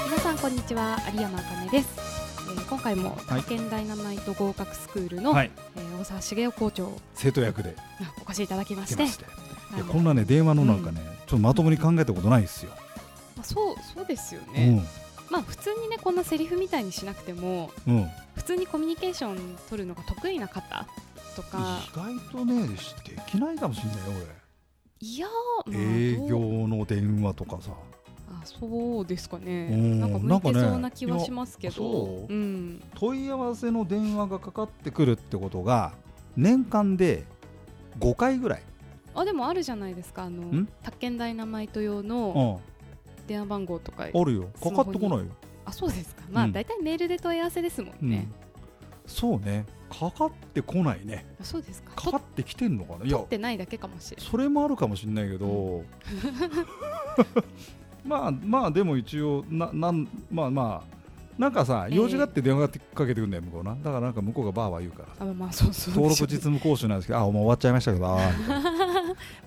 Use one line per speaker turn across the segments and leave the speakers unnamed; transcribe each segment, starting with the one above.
ちは有山あかねです、えー今回も
はい
派遣ダイナマイト合格スクールの、
はい、
えー大沢茂雄校長
生徒役で
あお越しいただきま
来
して
まして、い
あ
や
の
こんなね電話のなんかね、ちょっとまともに考えたことないですよ。
まあそうそうですよ
う
ね、
ん
まあ普通にねこんなセリフみたいにしなくても
うん。意
普通にコミュニケーション取るのが得意な方とか
外とねできないかもしれないよ
いやー、
俺。
まあ
営
どう
業の電話とかさ、
あそうですかね
うん
なんか向いて
なん
そ
か
う
ね
な気はしますけ
い
ど
やそううん問い合わせの電話がかかってくるってことが年間で5回ぐらい。
あでもあるじゃないですかあの
ん
宅建ダイナマイト用
う
の
ん。
電話番号とか
あるよ。かかってこないよ。
あそうですかまあ
うん
大体メールで問い合わせですも
うんん
ね、
そうね。かかってこないね。
あそうですか
かか
取っ
ってきてんのかな。いや
取ってないだけかもしれない
それもあるかもしれないけど、まあまあでも一応ななんまあまあなんかさ
ええ
用事があって電話がかけてくるんだよ向こうなだからなんか向こうがバーバー言う から
あまあそうそう
登録実務講習なんですけどあもう終わっちゃいましたけどあーみたいな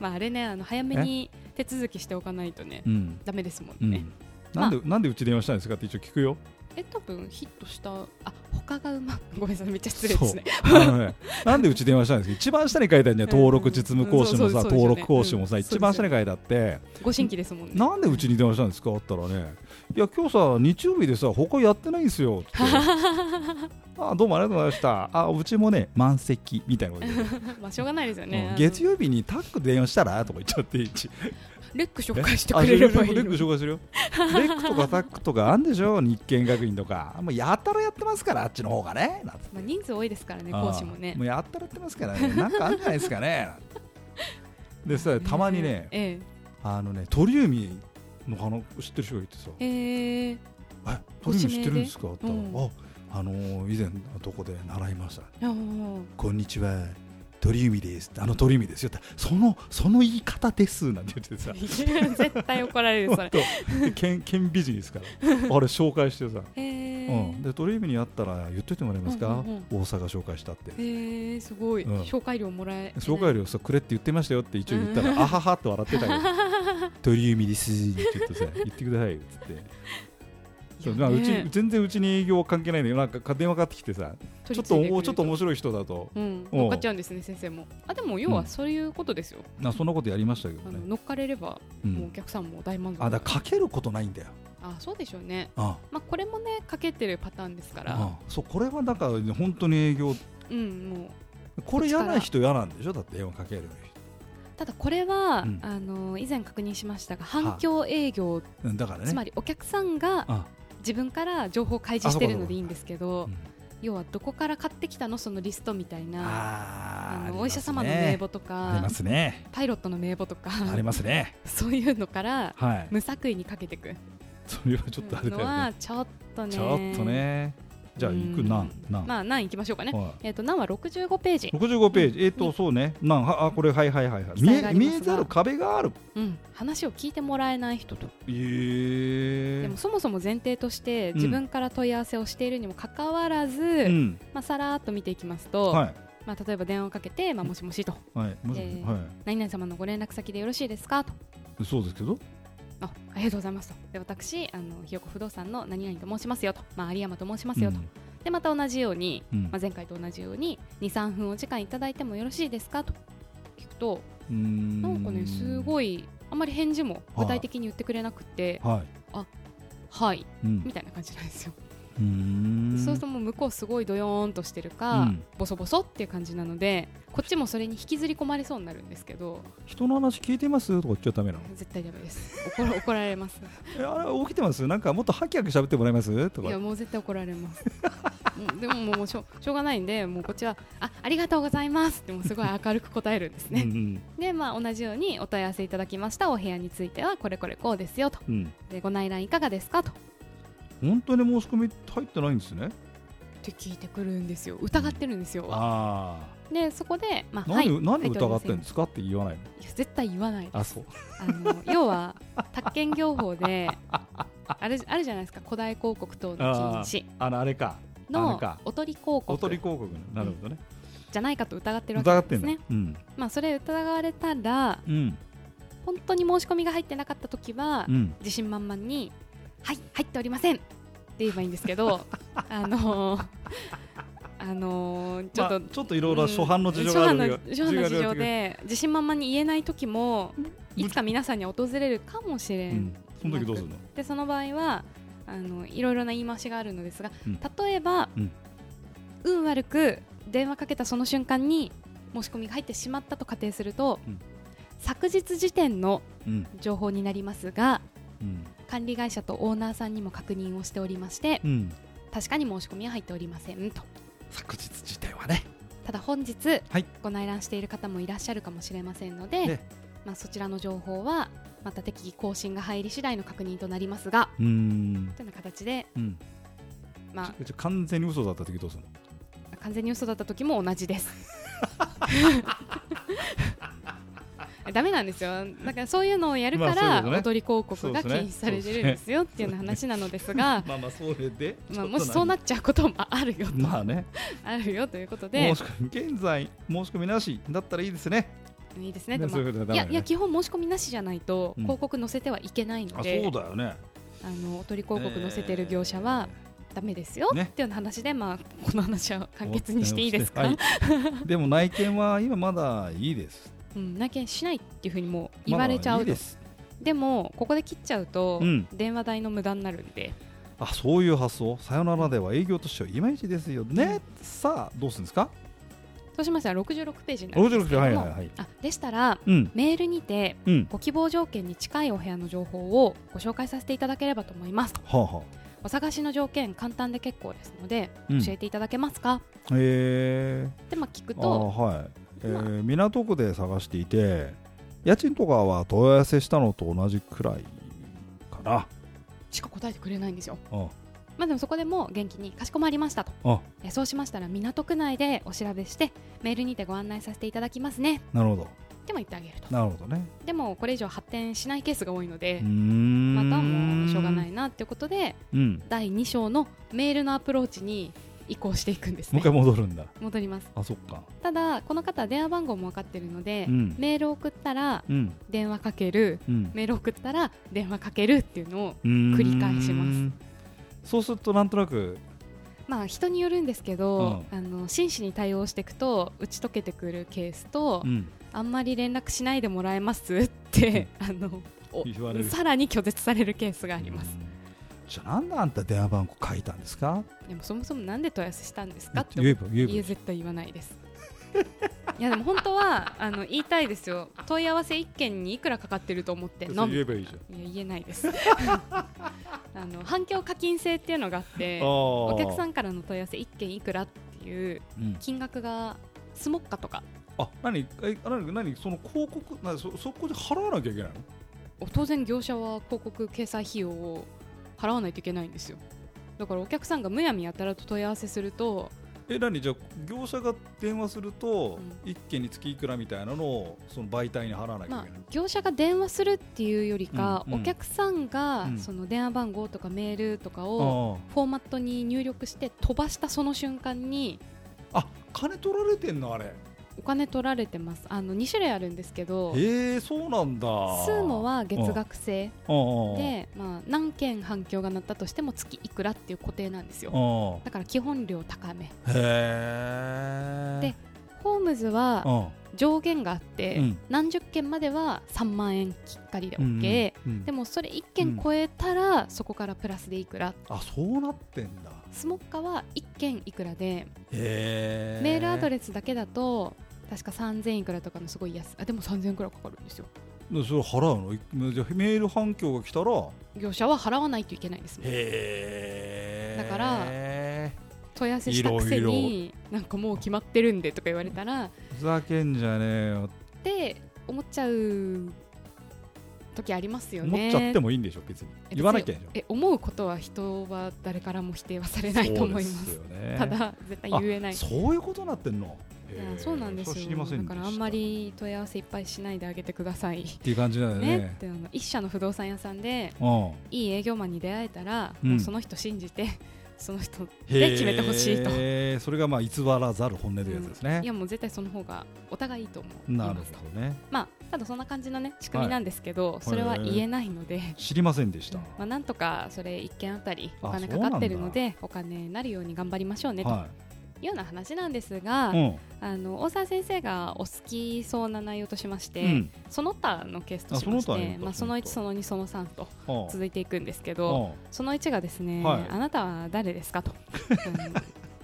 まああれねあの早めに手続きしておかないとね
うん
ダメですも
うん
ね、
んなんで、なんでうち電話したんですかって一応聞くよ。
え多分ヒットしたあ他がうま ごめんなさいめっちゃ失礼ですね
あのねなんでうち電話したんですか一番下に書いてあるんだよ
うん
登録実務講習も
うんそうそうそうで
さ、
すよね
登録講習もさ、
うん
一番下に書いてあって、
ご新規ですもんね
なんでうちに電話したんですかあったらね、いや、今日さ、日曜日でさ、他やってないんで すよって、あどうもありがとうございました、あうちもね、満席みたいなこと言って、
まあしょうがないですよ ね、
う
あ
ん
の
月曜日にタックで電話したらとか言っち ゃって、一
レック紹介してくれればいい
あレック
の
紹介するよ、レックとかタックとかあんで しょ、日経学院とか、もうやたらやってますから、あっちの方がね、なんつって
まあ人数多いですからね講師も
あ
ね
あもうやったらやってますからね、なんかあるんじゃないですかね。なんてでさ、たまにね、
え
あのね、鳥海のあの知ってる人がいてさ、
えええ
えトリウム知ってるんですか?」って言ったら
うん
ああのー以前どこで習いました
あ もう
こんにちは鳥海です」あの鳥海ですよ」ってそのその言い方です」なんて言っ てさ
絶対怒られ るそれ、
県県美人ですからあ れ紹介してさ、
ええ
うん、で鳥海にあったら言っといてもらえますか、
うんうんうん
大阪紹介したって。
ええすごい、
うん
紹介料もらえ
紹介料さくれって言ってましたよって一応言ったら、
うん
あははって笑ってたけ ど「鳥海です」って言ってさ「言ってくださいよ」っつってそうまあうち全然うちに営業は関係ないんだよなんか電話かかってきてさ
ち
ちょっとおちょっと面白い人だと、
うん、
うん
乗っかっちゃうんですね先生もあでも要
う
は
ん
そういうことですよ、
なそんなことやりましたけど
あの
ね。
乗っかれれば
う
もうお
ん、
客さんも大満足、
あだからかけることないんだよ。
あそうでしょうね
あ
まあこれもねかけてるパターンですか
あ
ら
あそうこれはだからね本当に営業
うんもう
これ嫌な人嫌なんでしょだって電話かける
ただこれは、
うん
あの以前確認しましたが反響営業、
人だからね。
つまりお客さんが
あ
自分から情報を開示してるのでいいんですけ
あ,、う
ど
ん、
要はどこから買ってきたのそのリストみたいなあ
あーありますね
のお医者様の名簿と
あり
か
ますね。
パイロットの名簿とか
ありますね。
そういうのから
はい。
無作為にかけていく
それはちょっとあれだ
の
よ
は
ね。
ちょっとね
ちょっとね。じゃあ行
う
く
ん
なんなん。
まあ何いきましょうかね
はい
えっ、と何は65ページ、
65ページ、えっ、と、そうね、なんはあこれ、はいはいはいはい、
記
見
載があ
え
りま
見
すが
えざる壁がある、
うん、話を聞いてもらえない人と
え
で
ー
も、そもそも前提として
ん
自分から問い合わせをしているにもかかわらず、
うん、
まあ、さらっと見ていきますと、
はい、
まあ、例えば電話をかけて、まあ、もしもしと
はい、もしもし
えー
は
何々様のご連絡先でよろしいですかと
い、そうですけど、
あありがとうございますとで私あのひよこ不動産の何々と申しますよと、まあ、有山と申しますよと、でまた同じように、
うん、うん
まあ、前回と同じように23分お時間いただいてもよろしいですかと聞くと
うーん
なんかねす
い、
ごいあんまり返事も具体的に言ってくれなくて
はい、
はい
うん
み、たいな感じなんですよ、
うーん
そうするともう向こうすごいドヨーンとしてるか、
うん
ボソボソっていう感じなのでこっちもそれに引きずり込まれそうになるんですけど
人の話聞いてますとか言っちゃダメなの、
絶対ダメです怒ら怒られ ます
えあれ起きてます、なんかもっとハキハキ喋ってもらえますと
いや
か、
もう絶対怒られますうんでももうしょしょうがないんでもうこっちはあありがとうございますってもうすごい明るく答えるんです
う
ね
んうん
でまあ同じようにお問い合わせいただきましたお部屋についてはこれこれこうですよと
うん、
でご内覧いかがですかとっ
本当に申し込み入ってないんですね、
て聞いてくるんですよ疑ってるんですよ
あ
でそこでまあ
あ、
は
ないんで、なんで
はいどう
疑
ぞ
ってんですかって言わないの、
いや絶対言わない
あそう、
あの要は宅建業法であれあるじゃないですか古代広告等の禁止
あのあれか、あ
の
れか
おとり広
おとり
告
広告ね、なるほどね、
じゃないかと疑ってる
疑
わ
っ
けで
て
す
んの、
ね
うん、
まあそれ疑われたら
うん、
本当に申し込みが入ってなかった時は
うん、
自信満々に「はい入っておりません言えばいいんですけ どあのーあのーちょっと、
まあちょっといろいろ初版の事情がある
うん初版の初版の事情で自信満々に言えない時も
ぶ
いつか皆さんに訪れるかもしれ、
うんん、その時どうするの
でその場合はあのいろいろな言い回しがあるのですが、
うん
例えば、
うん
運悪く電話かけたその瞬間に申し込みが入ってしまったと仮定すると、
うん
昨日時点の
うん
情報になりますが
うん
管理会社とオーナーさんにも確認をしておりまして
うん
確かに申し込みは入っておりませんと
昨日自体はね
ただ本日、
はい
ご内覧している方もいらっしゃるかもしれませんので、
ね
まあ、そちらの情報はまた適宜更新が入り次第の確認となりますが
うーん
というような形で、
うん
まあ、
ちょちょ完全に嘘だった時どうするの
完全に嘘だった時も同じ です。ダメなんですよだからそういうのをやるか
まあ
ら
そういうことね
踊り広告が禁止されてるんですよっていうような話なのですが、
まあまあそれで
まあ、もしそうなっちゃうこともあるよと、
まあね
あるよということで
申し込み現在申し込みなしだったらいいですね
いいですね
ね
で
そう
も
いうこと
い
だ
やいや
ね
基本申し込みなしじゃないと
うん
広告載せてはいけないの
あ
で、
そうだよね
あのおとり広告載せてる業者はダメですよ、
ね
っていうような話で、まあ、この話は簡潔にしていいですか、
はいでも内見は今まだいいです
うん、内見しないっていうふうにもう言われちゃ
まだ
う
いいです
でもここで切っちゃうと、
うん
電話代の無駄になるんで
あそういう発想さよならでは営業としてはいまいちですよね、さあどうするんですか
そうしましたら66ページになるんですけども、
66ページはいはいはい
あでしたら
うん
メールにて
うん
ご希望条件に近いお部屋の情報をご紹介させていただければと思います
はあ、はあ、
お探しの条件簡単で結構ですので、
うん
教えていただけますか
え
でまあ聞く
ー、ああ
と
はい、えー
まあ
港区で探していて家賃とかは問い合わせしたのと同じくらいかな
しか答えてくれないんですよ
あ
まあでもそこでもう元気にかしこまりましたと
あ
えそうしましたら港区内でお調べしてメールにてご案内させていただきますね
なるほど
でも言ってあげると
なるほどね
でもこれ以上発展しないケースが多いので、
うーん、
またもうしょうがないいなってことで
うん、
第2章のメールのアプローチに移行していくんです
もう一
ね
回戻るんだ
戻ります
あそっか
ただこの方は電話番号も分かってるので、
うん
メールを送ったら
うん
電話かける
うん
メールを送ったら電話かけるっていうのを
繰
り返します
そうするとなんとなく
まあ人によるんですけど、あの真摯に対応していくと打ち解けてくるケースと、
うん
あんまり連絡しないでもらえますって、 あのお
言われる
さらに拒絶されるケースがあります、
うんじゃあなんであんた電話番号書いたんですか
でもそもそもなんで問い合わせしたんですかって
言えば言えば
いや絶対言わないですいやでも本当はあの言いたいですよ問い合わせ1件にいくらかかってると思って飲むいや
ばいいじゃん
言えないです あの反響課金制っていうのがあってお
お
客さ
ん、
んからの問い合わせ1件いくらっていう
うん、
金額がスモッカとか
あ何え何何その広告なそそこで払わなきゃいけないの
お当然業者は広告掲載費用を払わないといけないんですよだからお客さんがむやみやたらと問い合わせすると
え何じゃあ業者が電話すると、
う
一件につきいくらみたいなのをその媒体に払わなきゃい
まあ
けない、、
業者が電話するっていうよりか、
うんうん
お客さんが、
うん
その電話番号とかメールとかを
あ
フォーマットに入力して飛ばしたその瞬間に
ああ金取られてんのあれ
お金取られてますあの2種類あるんですけどス
えー、そうなんだ
ーモは月額制
ああ
で、まあ、何件反響が鳴ったとしても月いくらっていう固定なんですよ
あ
だから基本料高め
あへえ
でホームズは
あ
上限があって、
うん
何十件までは3万円きっかりで OK、
うんうん
でもそれ1件超えたら、そこからプラスでいくら
あそうなってんだ
スモッカは1件いくらで、
へえ
メールアド
レ
レスだけだと確か3000いくらとかのすごい安いあでも3000いくらかかるんですよ
スそれ払うのいじゃあメール反響が来たら
業者は払わないといけないですもん
へえ
だから
ふ
問い合わせしたくせ
いろ
になんかもう決まってるんでとか言われたら
ざけんじゃねえよ
って思っちゃう時ありますよ
思
ね
っちゃってもいいんでしょ別に
え
言わなきゃいいじゃん
え思うことは人は誰からも否定はされないと思いま
そ
す
うですよね
ただ絶対言えない
そういうことなってんの
い
へ
や
え
そうなんです
それ
よ
知りません
だ
でした
からあんまり問い合わせいっぱいしないであげてください
っていう感じだよね
ねってあの一社の不動産屋さんで
うん
いい営業マンに出会えたら、
うん
もうその人信じて その人
へー
で決めてほしいと
それがまあ偽らざる本音というやつですね
い、やもう絶対その方がお互いいいと思う
なるほ
いますと
どね
まあただそんな感じのね仕組みなんですけど、それは言えないので、
知りませんでした、
まあ、なんとかそれ1件あたり
あ
お金かかってるのでお金になるように頑張りましょうねとい
は
うような話なんですが、
い、うん
あの大沢先生がお好きそうな内容としまして、
うん
その他のケースとしまし
あその他
て
の
まあ、その1その2その3と
はあ
続いていくんですけど、
は
その1がですね、
はい
あなたは誰ですかとうん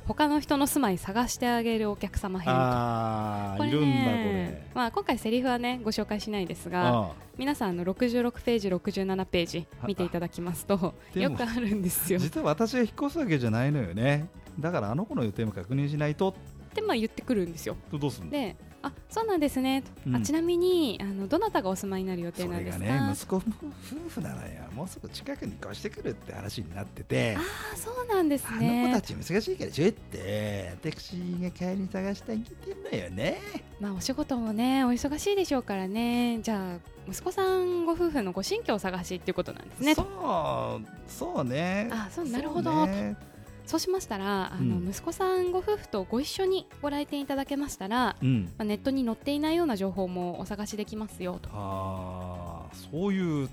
他の人の住まい探してあげるお客様編と
ああーいるんだこれ
まあ、今回セリフはねご紹介しないですが
あ
皆さんあの66ページ67ページ見ていただきますと
あ
よくあるんですよ
実は私が引っ越すわけじゃないのよねだからあの子の予定も確認しないと
ってまあ言ってくるんですよ
どうするの
であそうなんですね、
うん
あちなみにあのどなたがお住まいになる予定
そ
なん
れ
です
が
か、
ね息子夫婦ならよもうすぐ近くに越してくるって話になってて
あそうなんです
あの子
ね
たち忙しいからちょいって私が帰り探してあげてんだよね
まあお仕事もねお忙しいでしょうからねじゃあ息子さんご夫婦のご新居を探しっていうことなんですね
そうそうね
あそうなるほど
そう
そう,、
ね
しましたらあの、
うん
息子さんご夫婦とご一緒にご来店いただけましたら
うん
まあ、ネットに載っていないような情報もお探しできますよと、
あーそういう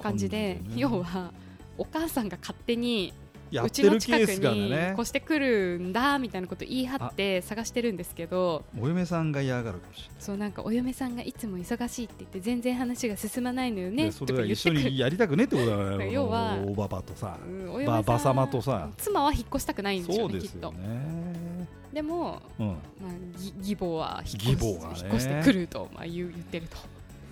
感じで、
感じだよね
要はお母さんが勝手に
やっ
う
て
ちの
るケ
近
ー
く
スが
に
ね
越してくるんだみたいなこと言い張って探してるんですけど
お嫁さんが嫌がるかもしれない
そうなんかお嫁さんがいつも忙しいって言って全然話が進まないのよ
で
ね
そ
と
れ
か
は
言
一
って
緒
くる
に。やりたくねってことだよ ね
要は
おばばとさ
うんお嫁さ
ば
ん
ば様とさ
妻は引っ越したくないんです
そ
よ
う
ね
で
きっ
すよ
と
ね
でも、
うん
まあ、ぎ義母は引っ越し
義母がね
引っ越してくると、まあ、言う言ってると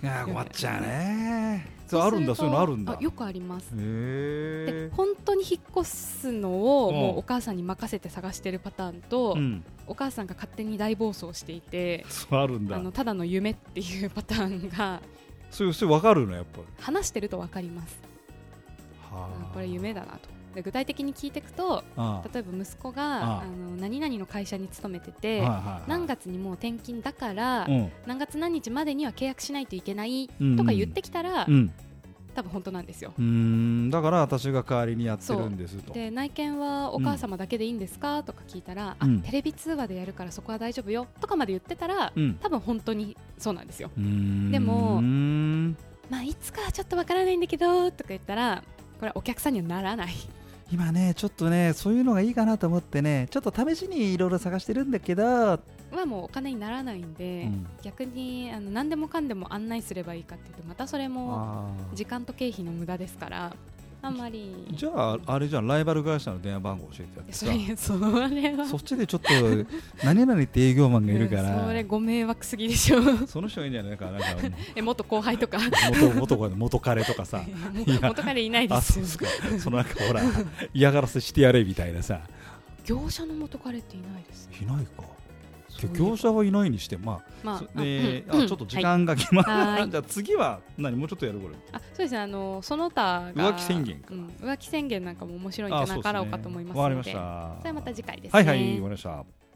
いや困っちゃうねそうあるんだ
す
そう
る
いう
と
のあるんだ
よくありますで
へえ
本当に引っ越すのを
うん
もうお母さんに任せて探してるパターンと、
うん
お母さんが勝手に大暴走していて
そうあるんだ
あのただの夢っていうパターンが
そういうそういうわかるのやっぱり
話してると分かりますあ
はあ
これ夢だなとで具体的に聞いていくと
あ
例えば息子
あ
があの何々の会社に勤めてて、何
月
月にもう転勤だから、
うん
何月何日までには契約しないといけない
うんうん
とか言ってきたら、
うん
多分本当なんですよ。
うーんだから私が代わりにやってるんですと
で内見はお母様だけでいいんですか、とか聞いたら、あ
うん
テレビ通話でやるからそこは大丈夫よとかまで言ってたら、
うん
多分本当にそうなんですよ。
うーん
でも
うーん
まあいつかはちょっとわからないんだけどとか言ったらこれはお客さんにはならない
今ねちょっとねそういうのがいいかなと思ってねちょっと試しにいろいろ探してるんだけど、
はもうお金にならないんで、
うん
逆にあの何でもかんでも案内すればいいかって言うとまたそれも
あー
時間と経費の無駄ですからあんまり
じゃああれじゃんライバル会社の電話番号教えてやっ
いや
て
そ
さ
れそれは
そっちでちょっと何々って営業マンがいるから、
うんそれご迷惑すぎでしょ
その人がいいんじゃないかななんか
え元後輩とか
元 元子元彼とかさや
元彼いないで
あ
す
そう
よ
ですかそのなんかほら嫌がらせしてやれみたいなさ
業者の元彼っていないです
いないか
そういえば
業者はいないにしてまあ、
ま
そ
あ、
えー
うん
あちょっと時間が決まら
は
ないいじゃあ次は何もうちょっとやるこれ
あそうですねあのその他が
浮気宣言か
うん、浮気宣言なんかも面白いんじ
あ
ゃ
そ
な
うです
か
ね
ろうかと思います
わかり
の
ま
で
した
それはまた次回ですね
はいはいわかりました